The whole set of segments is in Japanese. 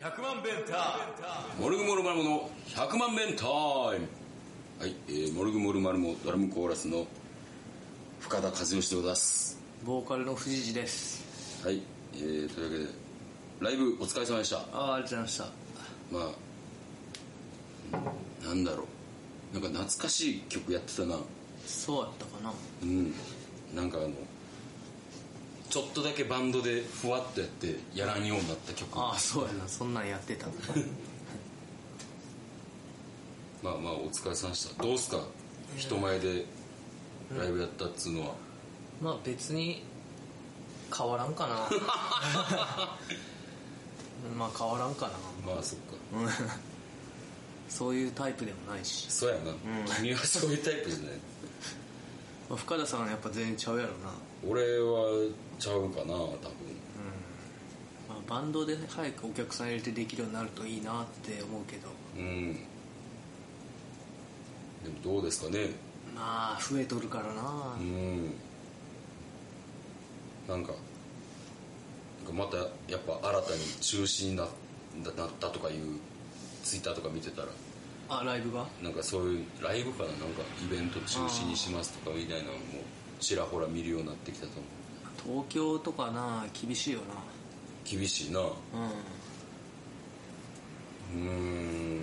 100万弁タイムモルグモルマルモの100万弁タイムはい、えー、モルグモルマルモドラムコーラスの深田和義でございますボーカルの藤次ですはい、えー、というわけでライブお疲れ様でしたああありがとうございままあうんなんだろうなんか懐かしい曲やってたなしたそうやったかなうんなんかあのちょっとだけバンドでふわっとやってやらんようになった曲ああそうやなそんなんやってたまあまあお疲れさんでしたどうすか人前でライブやったっつうのは、 まあ別に変わらんか なまあ変わらんかまあそっかなうん そういうタイプでもないし、そうやな、君はそういうタイプじゃないまあ、深田さんはやっぱ全然ちゃうやろな、俺はちゃうかな多分まあ、バンドでね早くお客さん入れてできるようになるといいなって思うけどうんでもどうですかねまあ増えとるからなうんなんかなんかまたやっぱ新たに中止にななったとかいうツイッターとか見てたらあライブがなんかそういうライブかななんかイベント中止にしますとかみたいなのもちらほら見るようになってきたと思う東京とかな厳しいよな厳しいなううんーん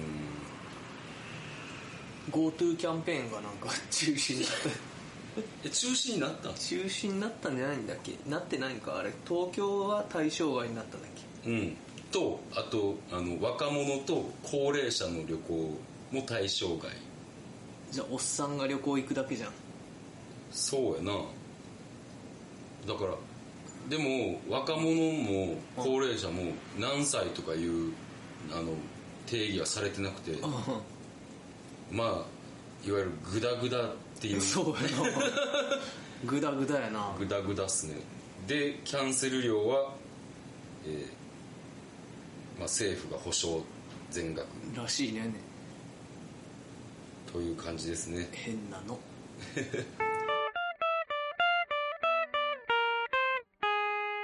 GoTo キャンペーンがなんか中止になった え中止になった中止になったんじゃないんだっけなってないんかあれ東京は対象外になったんだっけうんとあとあの若者と高齢者の旅行も対象外じゃあおっさんが旅行行くだけじゃんそうやなだからでも若者も高齢者も何歳とかいうあの定義はされてなくてまあいわゆるグダグダってい う そうやなグダグダやなグダグダっすねでキャンセル料は、えーまあ、政府が保証全額らしいねという感じですね変な の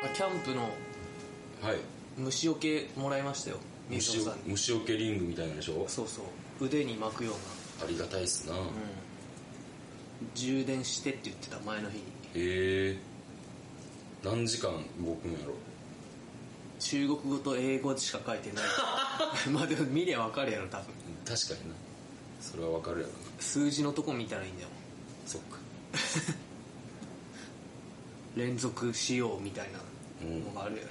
あキャンプのはい虫除けもらいましたよ水野虫よさんに虫よけリングみたいなんでしょそうそう腕に巻くようなありがたいっすな、へ充電してって言ってた前の日にえ何時間動くんやろ中国語と英語しか書い てないまあでも見りゃ分かるやろ多分確かになそれはわかるやろな数字のとこ見たらいいんだよそっか連続使用みたいなのがあるやろ、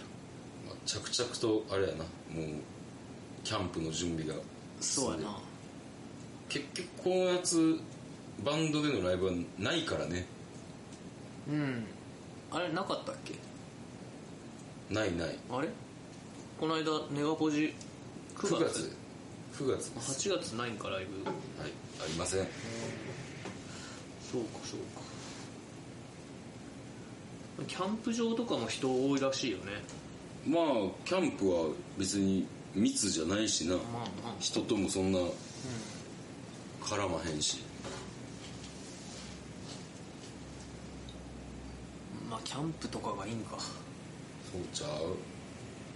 まあ着々とあれやなもうキャンプの準備がそうやな結局このやつバンドでのライブはないからねうんあれなかったっけないないあれこの間ネガポジ9 9月月9月です8月ないんかライブはいありませんそうかそうかキャンプ場とかも人多いらしいよねまあキャンプは別に密じゃないしなまあまあ人ともそんな絡まへんしまあキャンプとかがいいんかそうちゃう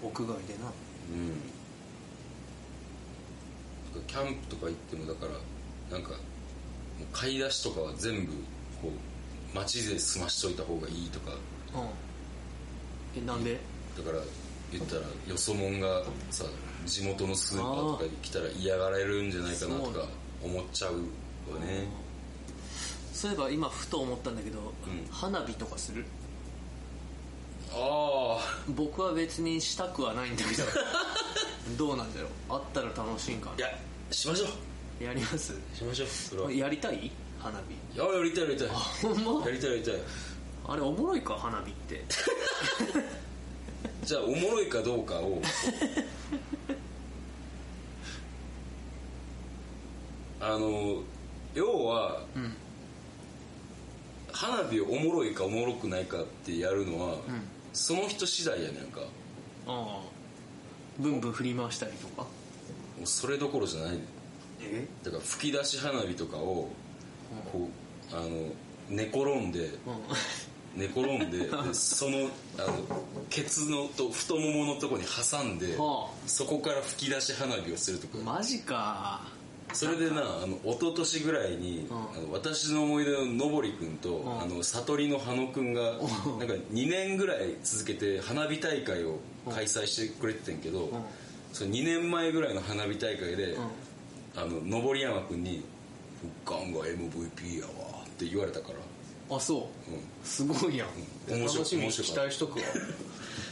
屋外でなうんキャンプとか行ってもだからなんかもう買い出しとかは全部こう街で済ましといた方がいいとかうんえなんでだから言ったらよそ者がさ地元のスーパーとかに来たら嫌がられるんじゃないかなとか思っちゃうわねそういえば今ふと思ったんだけど、ん花火とかするああ僕は別にしたくはないんだ けどどうなんだろうあったら楽しいんかいなやしましょやりますうしましょうそれはやりたい花火 いややりたいやりたいほんまやりたいやりたいあれおもろいか花火ってじゃあおもろいかどうか をあの要は、ん花火をおもろいかおもろくないかってやるのは、その人次第やねんかもああブンブン振り回したりとかうそれどころじゃないねんえだから吹き出し花火とかをこうあの寝転んでうん寝 転んででそのあのケツのと太もものとこに挟んで、はそこから吹き出し花火をするとか マジかそれでなあの一昨年ぐらいに、うんあの私の思い出ののぼりくんと、んあの悟りの羽野くんが、なんか2年ぐらい続けて花火大会を開催してくれてたんやけど、んその2年前ぐらいの花火大会で、あの登山くんに「復刊が MVP やわ」って言われたから、あそう、うすごいやん、面白い楽しみに面白い期待しと くわん、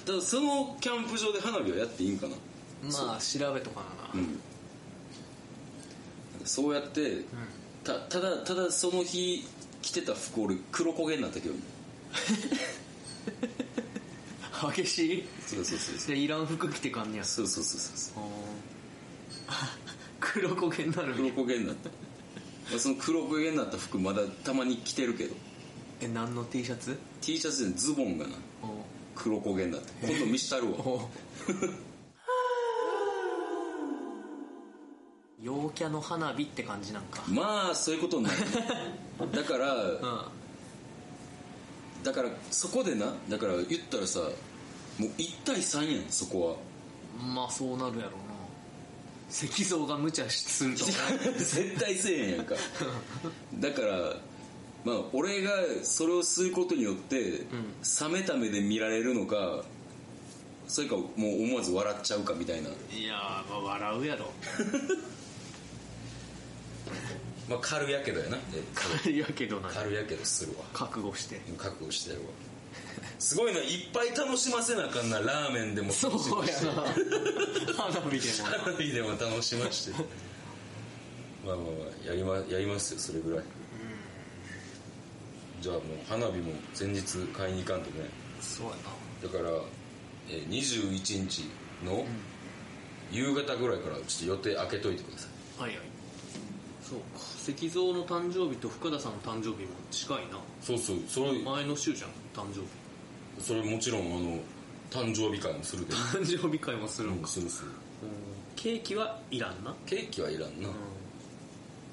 ただそのキャンプ場で花火はやっていいんかなまあ調べとかな、そうやって、たただただその日着てた服俺黒焦げになったけどね激しいそうそうそうそうでいらん服着てかんねやそうそうそうそうあー黒焦げになる黒焦げになったまあその黒焦げになった服まだたまに着てるけど え何の T シャツ T シャツでズボンがな黒焦げになって今度見したるわおお 陽キャの花火って感じなんかまあそういうことになるねだからうんだからそこでなだから言ったらさもう1対3やんそこはまあそうなるやろうな石像が無茶すると か絶対せえへんやんかだからまあ俺がそれをすることによって、冷めた目で見られるのかそれかもう思わず笑っちゃうかみたいないやー、まあ、笑うや ろまあ軽やけどやな軽やけどな軽やけどするわ覚悟して覚悟してやるわすごいないっぱい楽しませなあかんなラーメンでもそうやな 花火でもな 花火でも楽しましてまあまあまあやりまやりますよそれぐらいじゃあもう花火も前日買いに行かんとねそうやなだから、えー21日の夕方ぐらいからちょっと予定開けといてくださいはいはいそうか石像の誕生日と深田さんの誕生日も近いなそうそうそれ前の週じゃん誕生日それもちろんあの誕生日会もするで誕生日会もするんか、するするうんケーキはいらんな、ケーキはいらんな、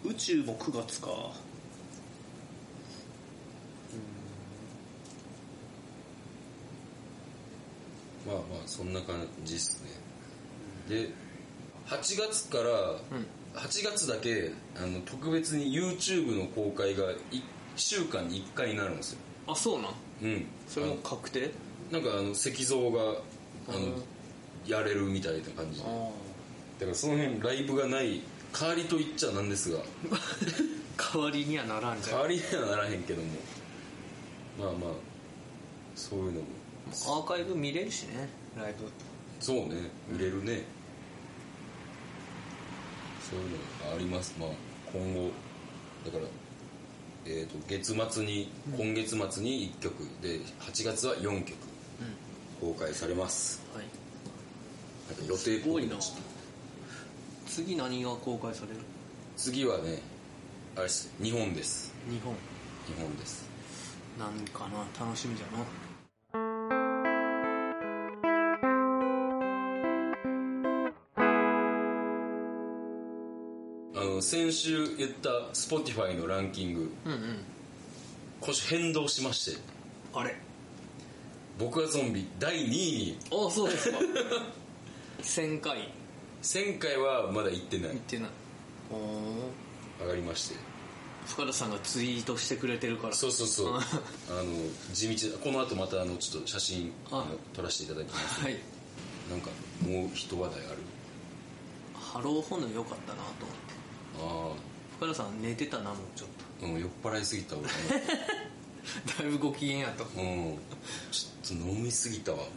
宇宙も9月かまあまあそんな感じっすねで8月から8月だけあの特別に YouTube の公開が1週間に1回になるんですよあそうなんうんそれも確定あのなんかあの石像があのうんやれるみたいな感じであだからその辺ライブがない代わりと言っちゃなんですがあ 代わりにはならんじゃ代んアわりにはならへんけどもまあまあそういうのもーカイブ見れるしねライブそうね売れるね、そういうのがありますまあ今後だからえー、と月末に、今月末に1曲で8月は4曲公開されます、はいなんか予定すっごぽいいな次何が公開される次はねあれです日本です日本日本ですなんかな楽しみじゃなあの先週言った Spotify のランキングうんうん今週変動しましてあれ僕はゾンビ第2位にあそうです か1000回行1000回はまだ行ってないってないおー上がりまして深田さんがツイートしてくれてるからそうそうそうああの地道なこの後またあのちょっと写真ああの撮らせていただきますはいなんかもう一話題あるハローホヌ良かったなと思ってあ深田さん寝てたなもうちょっあうん酔っ払いすぎ た俺と だいぶご機嫌やとうんちょっと飲みすぎたわもう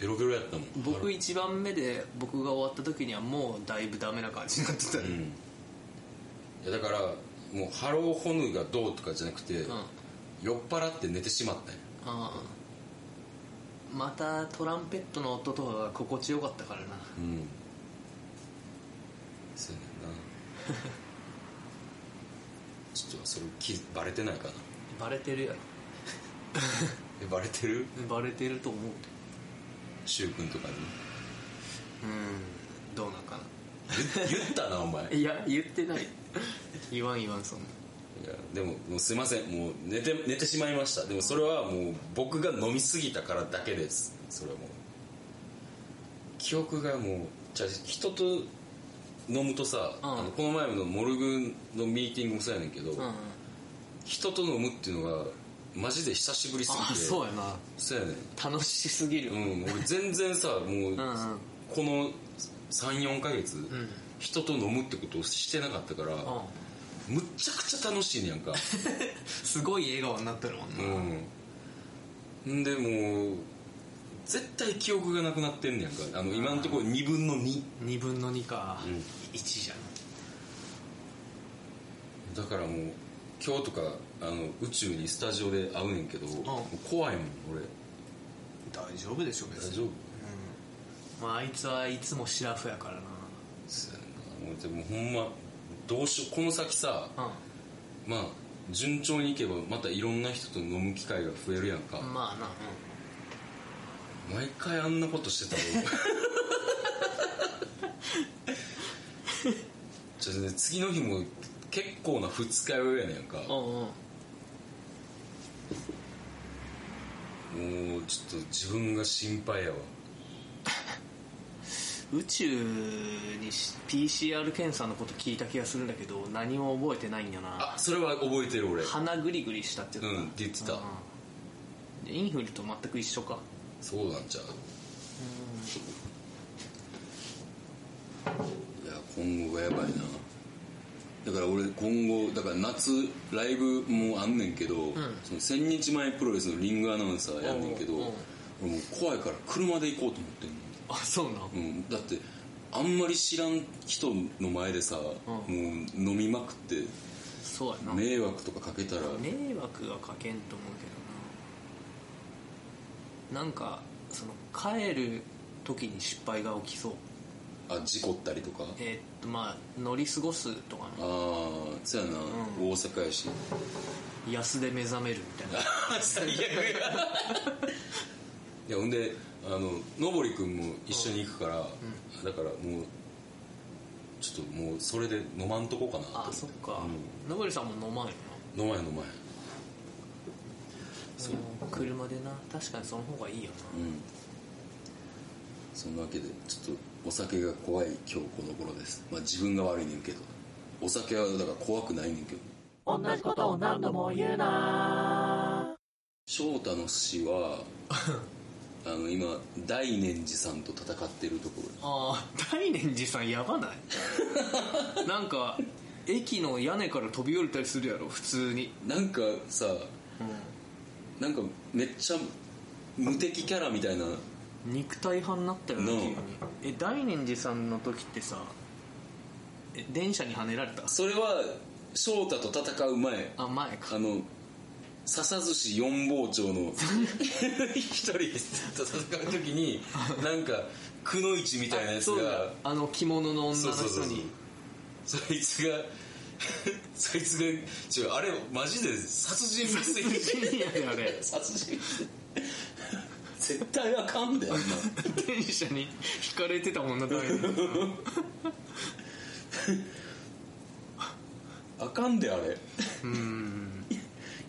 ベロベロやったもん僕1番目で僕が終わった時にはもうだいぶダメな感じになってた、うんいやだからもうハローホヌがどうとかじゃなくて、うん酔っ払って寝てしまったんやああまたトランペットの音とかが心地よかったからなうんそうやねんな ちょっとそれきバレてないかなバレてるやろえバレてるバレてると思う柊君とかにうんどうなんかな言言ったなお前いや言ってない言わん言わんそんないやでももうすいませんもう寝て寝てしまいましたでもそれはもう僕が飲みすぎたからだけですそれはもう記憶がもうじゃあ人と飲むとさ、うんあのこの前のモルグのミーティングもそうやねんけど、うん、あ人と飲むっていうのがマジで久しぶりすぎてあそうやなそうやね楽しすぎるようんうん俺全然さもう、うんこの34ヶ月、うんうん人と飲むってことをしてなかったから、むっちゃくちゃ楽しいねやんかすごい笑顔になってるもんな、うんでもう絶対記憶がなくなってんねやんかあの今のところ2分の2 2分の2か、うん1じゃんだからもう今日とかあの宇宙にスタジオで会うねんけど、もう怖いもん俺大丈夫でしょ別大に丈夫まああいつはいつもシラフやからなそうやなもうでもほんまどうしようこの先さまあ順調にいけばまたいろんな人と飲む機会が増えるやんか、うんまあな、毎回あんなことしてたのちょっとね次の日も結構な二日酔いやねんかもうん、うんうんうちょっと自分が心配やわ宇宙にし PCR 検査のこと聞いた気がするんだけど何も覚えてないんだなあそれは覚えてる俺鼻グリグリしたって言っうたんって言ってたうんインフルと全く一緒かそうなんちゃういや今後がやばいなだから俺今後だから夏ライブもあんねんけど、その千日前プロレスのリングアナウンサーやんねんけど、うんうん俺もう怖いから車で行こうと思ってんのあそうなうん、だってあんまり知らん人の前でさ、もう飲みまくってそうやな迷惑とかかけたら迷惑はかけんと思うけどななんかその帰る時に失敗が起きそうあ事故ったりとかえーっとまあ乗り過ごすとかあねあそやな、大阪やし安で目覚めるみたいな最悪やいやほんであののぼりくんも一緒に行くから、だからもうちょっともうそれで飲まんとこかなと思あってそっかのぶりさんも飲まんよ飲まへん飲まへんなうん車でな確かにその方がいいよなうんそんなわけでちょっとお酒が怖い今日この頃ですまあ自分が悪いねんけどお酒はだから怖くないねんけど同じことを何度も言うな翔太の死 はあの今大念寺さんと戦ってるところああ大念寺さんや ばないなんか駅の屋根から飛び降りたりするやろ普通になんかさ、なんかめっちゃ無敵キャラみたいな肉体派になったよねなあ急にえ大念寺さんの時ってさえ電車にはねられたそれは翔太と戦う前あ前かあの笹寿司四包丁の一人と戦う時になんかくのいちみたいなやつそうがだあの着物の女そのうそうそ人うにそうそいつが そいつが違うあれマジで殺人未遂いやいやあれ殺人未遂絶対あかんであんな電車に引かれてたもん な大念寺さんあかんであれうん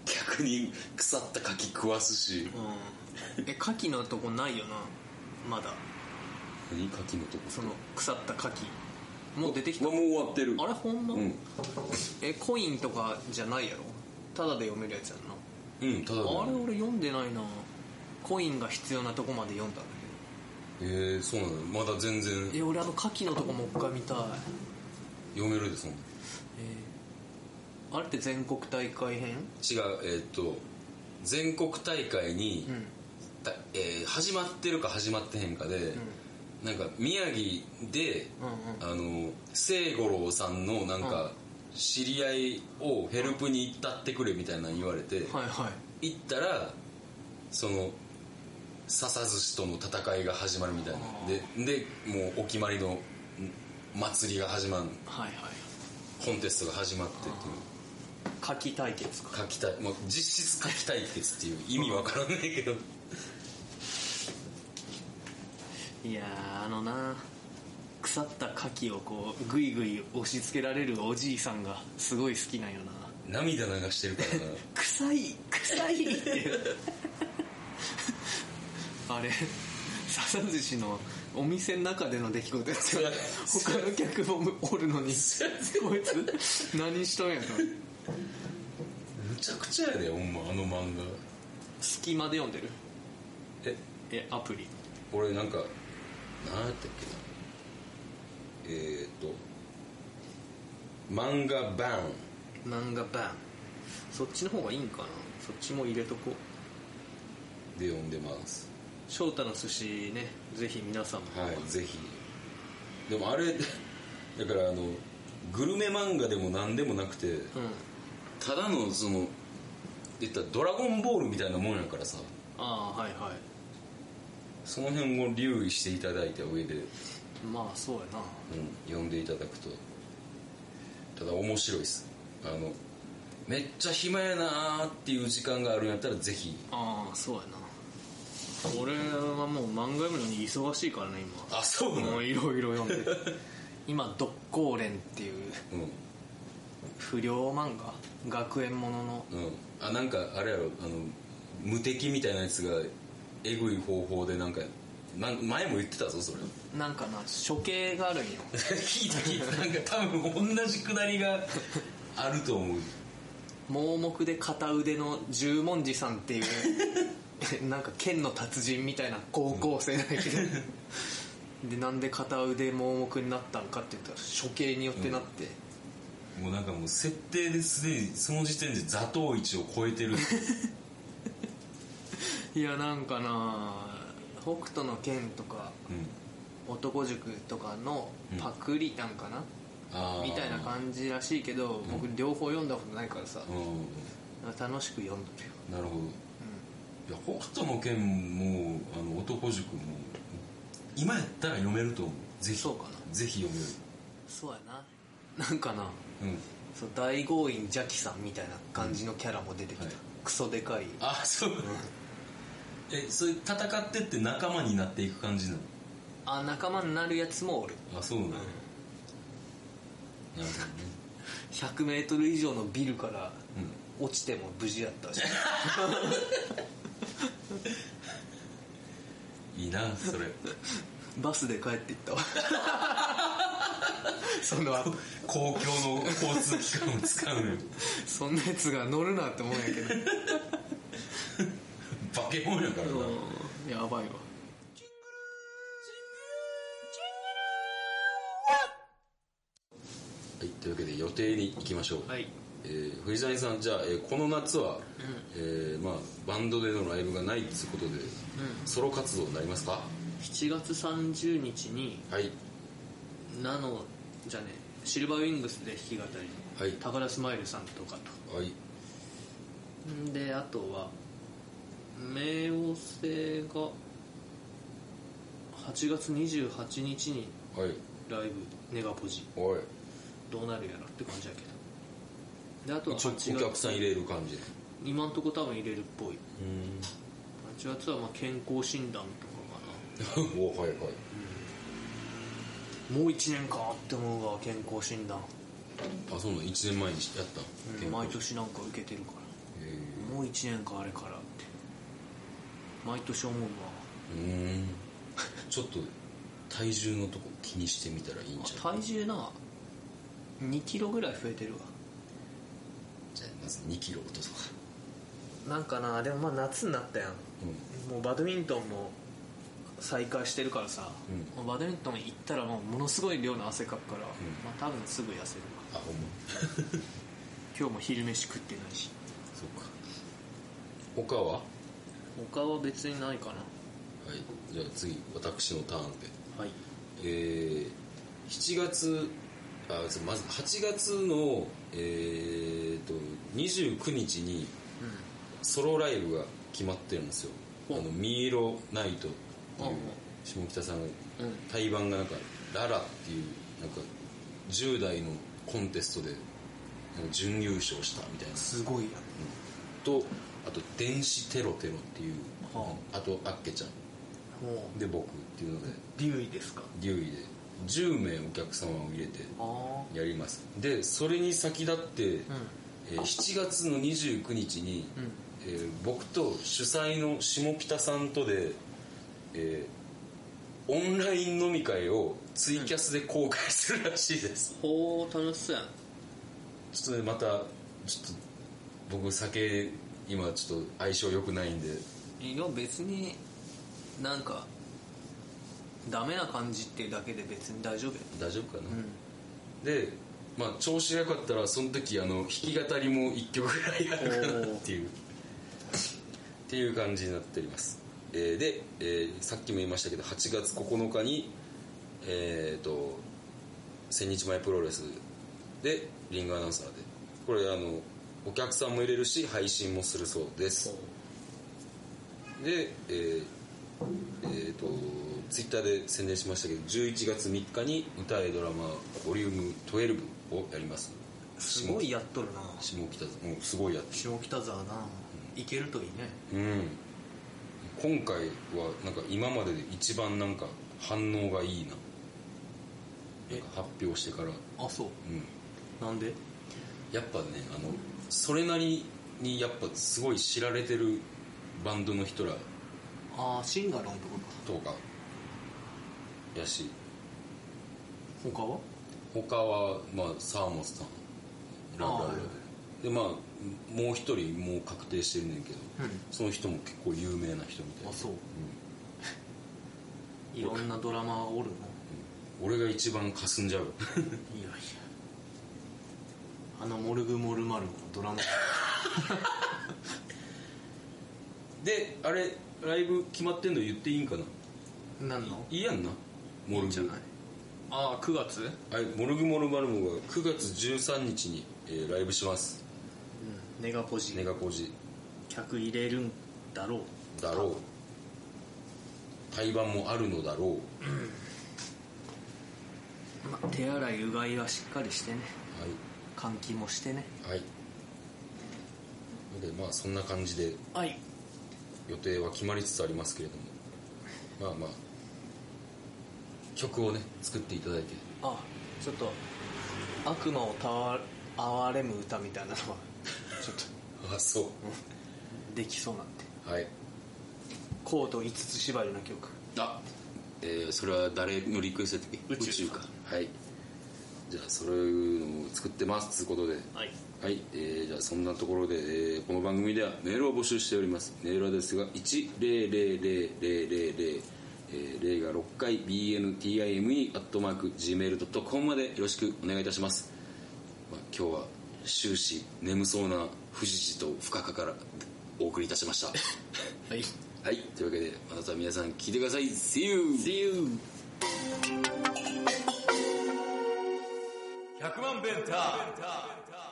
逆に腐った柿食わすしえ牡蠣のとこないよなまだ何柿のとこその腐った牡蠣もう出てきたもう終わってるあれほんま、うんえコインとかじゃないやろただで読めるやつやんなうんただあれ俺読んでないなコインが必要なとこまで読んだんだえー、そうなのまだ全然けどえ俺あの牡蠣のとこもう一回見たい、読めるでそんなえーあれって全国大会編違うえーっと全国大会に、うんたえー始まってるか始まってへんかで、なんか宮城で、あの清五郎さんのなんか、知り合いをヘルプに行ったってくれみたいなの言われて、はいはい行ったらその笹寿司との戦いが始まるみたいなででもうお決まりのん祭りが始まるはいはいコンテストが始まってっていう牡蠣対決か書きたい、まあ、実質書き対決っていう意味わからないけどいやーあのな腐った牡蠣をこうグイグイ押し付けられるおじいさんがすごい好きなんよな涙流してるからな臭い臭いっていう あれ笹寿司のお店の中での出来事ですよね他の客もおるのにこいつ何しとんやと むちゃくちゃやでほんまあの漫画隙間で読んでるええアプリ俺なんか何やったっけなえー、っと漫画バン漫画バンそっちの方がいいんかなそっちも入れとこうで読んでます翔太の寿司ねぜひ皆さんもはいぜひでもあれ だからあのグルメ漫画でも何でもなくてうんただのその言ったらドラゴンボールみたいなもんやからさああはいはその辺も留意していただいた上で、うん、いまあそうやな読んでいただくとただ面白いですあのめっちゃ暇やなーっていう時間があるんやったらぜひああそうやな俺はもう漫画読むのに忙しいからねあそう今なものういろいろ読んでる 今「独行連」っていうう不良漫画学園もののんうんあなんかあれやろあの無敵みたいなやつがえぐい方法でなんかなん前も言ってたぞそれなんかな処刑があるんよ聞いた聞いたなんか多分同じくだりがあると思う盲目で片腕の十文字さんっていう なんか剣の達人みたいな高校生だ けど、でなんで片腕盲目になったんかって言ったら処刑によってなって、もうなんかもう設定ですでにその時点で座頭市を超えてるいやなんかな北斗の剣とかうん男塾とかのパクリなんかな、あーみたいな感じらしいけど僕両方読んだことないからさ、う楽しく読んでるよ、んなるほどいや北斗の拳もあの男塾も今やったら読めると思うぜひそうかなぜひ読めそうやななんかなるうんそう大豪院邪気さんみたいな感じのキャラも出てきた、うんはいクソでかいあそうえそれ戦ってって仲間になっていく感じなのあ仲間になるやつもおるあそうなの、なるほどね 100m 以上のビルからうん落ちても無事やったし いいなそれ バスで帰っていったわ そ の後公共の交通機関を使うの よそんなやつが乗るなって思うんやけど化け物やからなうんやばいわはい、というわけで予定に行きましょう、はいえー藤谷さんじゃあ、えーこの夏は、えーまあ、バンドでのライブがないってことで、ソロ活動になりますか7月30日にはいナノじゃねえシルバーウィングスで弾き語り、はい高田スマイルさんとかはいとんであとは冥王星が8月28日にはいライブネガポジおいどうなるやろって感じやけどであとはちょっとお8客月さん入れる感じで今んとこ多分入れるっぽいうん8月はまあ健康診断とかかな おはいはいもう1年かって思うわ健康診断あそうなの1年前にやったの、健康毎年なんか受けてるかえらもう1年かあれからって毎年思うわーうーんちょっと体重のとこ気にしてみたらいいんじゃない体重な2キロぐらい増えてるわじゃあまず2キロ落とそうかなんかなでもまあ夏になったやんうんもうバドミントンも再開してるからさ、うバドミントン行ったらもうものすごい量の汗かくから、まあ多分すぐ痩せるわあほんま今日も昼飯食ってないしそうか他は他は別にないかなはい、じゃあ次私のターンで、はいえー、7月あそうまず8月の、えー、と29日にソロライブが決まってるんですよあほうのミイロナイトっていほううほ下北さんがうんうん対バンがなんかララっていうなんか10代のコンテストでなんか準優勝したみたいなすごいやんとあと電子テロテロっていうはあとあっけちゃんもうで僕っていうので留意ですか留意で10名お客様を入れてああやりますでそれに先立って、うんえー7月の29日に、うんえー僕と主催の下北さんとで、えーオンライン飲み会をツイキャスで公開するらしいです、ほう楽しそうやんちょっとねまたちょっと僕酒今ちょっと相性良くないんでいや別になんかダメな感じっていうだけで別に大丈夫や大丈夫かな、うんで、まあ、調子が良かったらその時あの弾き語りも1曲ぐらいやるかなっていうっていう感じになっております、えーで、えーさっきも言いましたけど8月9日にえっ、と千日前プロレスでリングアナウンサーでこれあのお客さんも入れるし配信もするそうですでえーえーとツイッターで宣伝しましたけど11月3日に歌えドラマボリューム12をやりますすごいやっとるな下北沢もうすごいやって下北沢な行けるといいねうん今回はなんか今までで一番なんか反応がいいななんえか発表してから、うん、あそうなんでやっぱねあのそれなりにやっぱすごい知られてるバンドの人らああシンガロンってことかとかやし他は他は、まあ、サーモスさんラブラブラブでまあもう一人もう確定してるねんけど、うんその人も結構有名な人みたいなあそういろんなドラマおるの俺が一番かすんじゃいうやいやあの「モルグモルマル」のドラマ であれライブ決まってんの言っていいんかな 何のいいやんなモルグじゃないああ9月はいモルグモルマルモが9月13日に、えーライブしますうんネガポジネガコジ客入れるんだろうだろう対バンもあるのだろうはいまあ、手洗いうがいはしっかりしてね換気もしてねはいでまあそんな感じではい予定は決まりつつありますけれどもまあまあ曲をね作っていただいてあちょっと悪魔をたわ憐れむ歌みたいなのは ちょっとあそうできそうなんではいコート5つ縛りの曲あ、えーそれは誰のリクエストだっけ宇宙かはいじゃあそういうのを作ってますということではいはい、えーじゃあそんなところで、えーこの番組ではメールを募集しておりますメールアドレスが10000000えー、0が6回 bntime.gmail.com までよろしくお願いいたします、まあ、今日は終始眠そうな富士寺と深川からお送りいたしましたはいはいというわけでまた皆さん聞いてください See you! See you 100万ベンター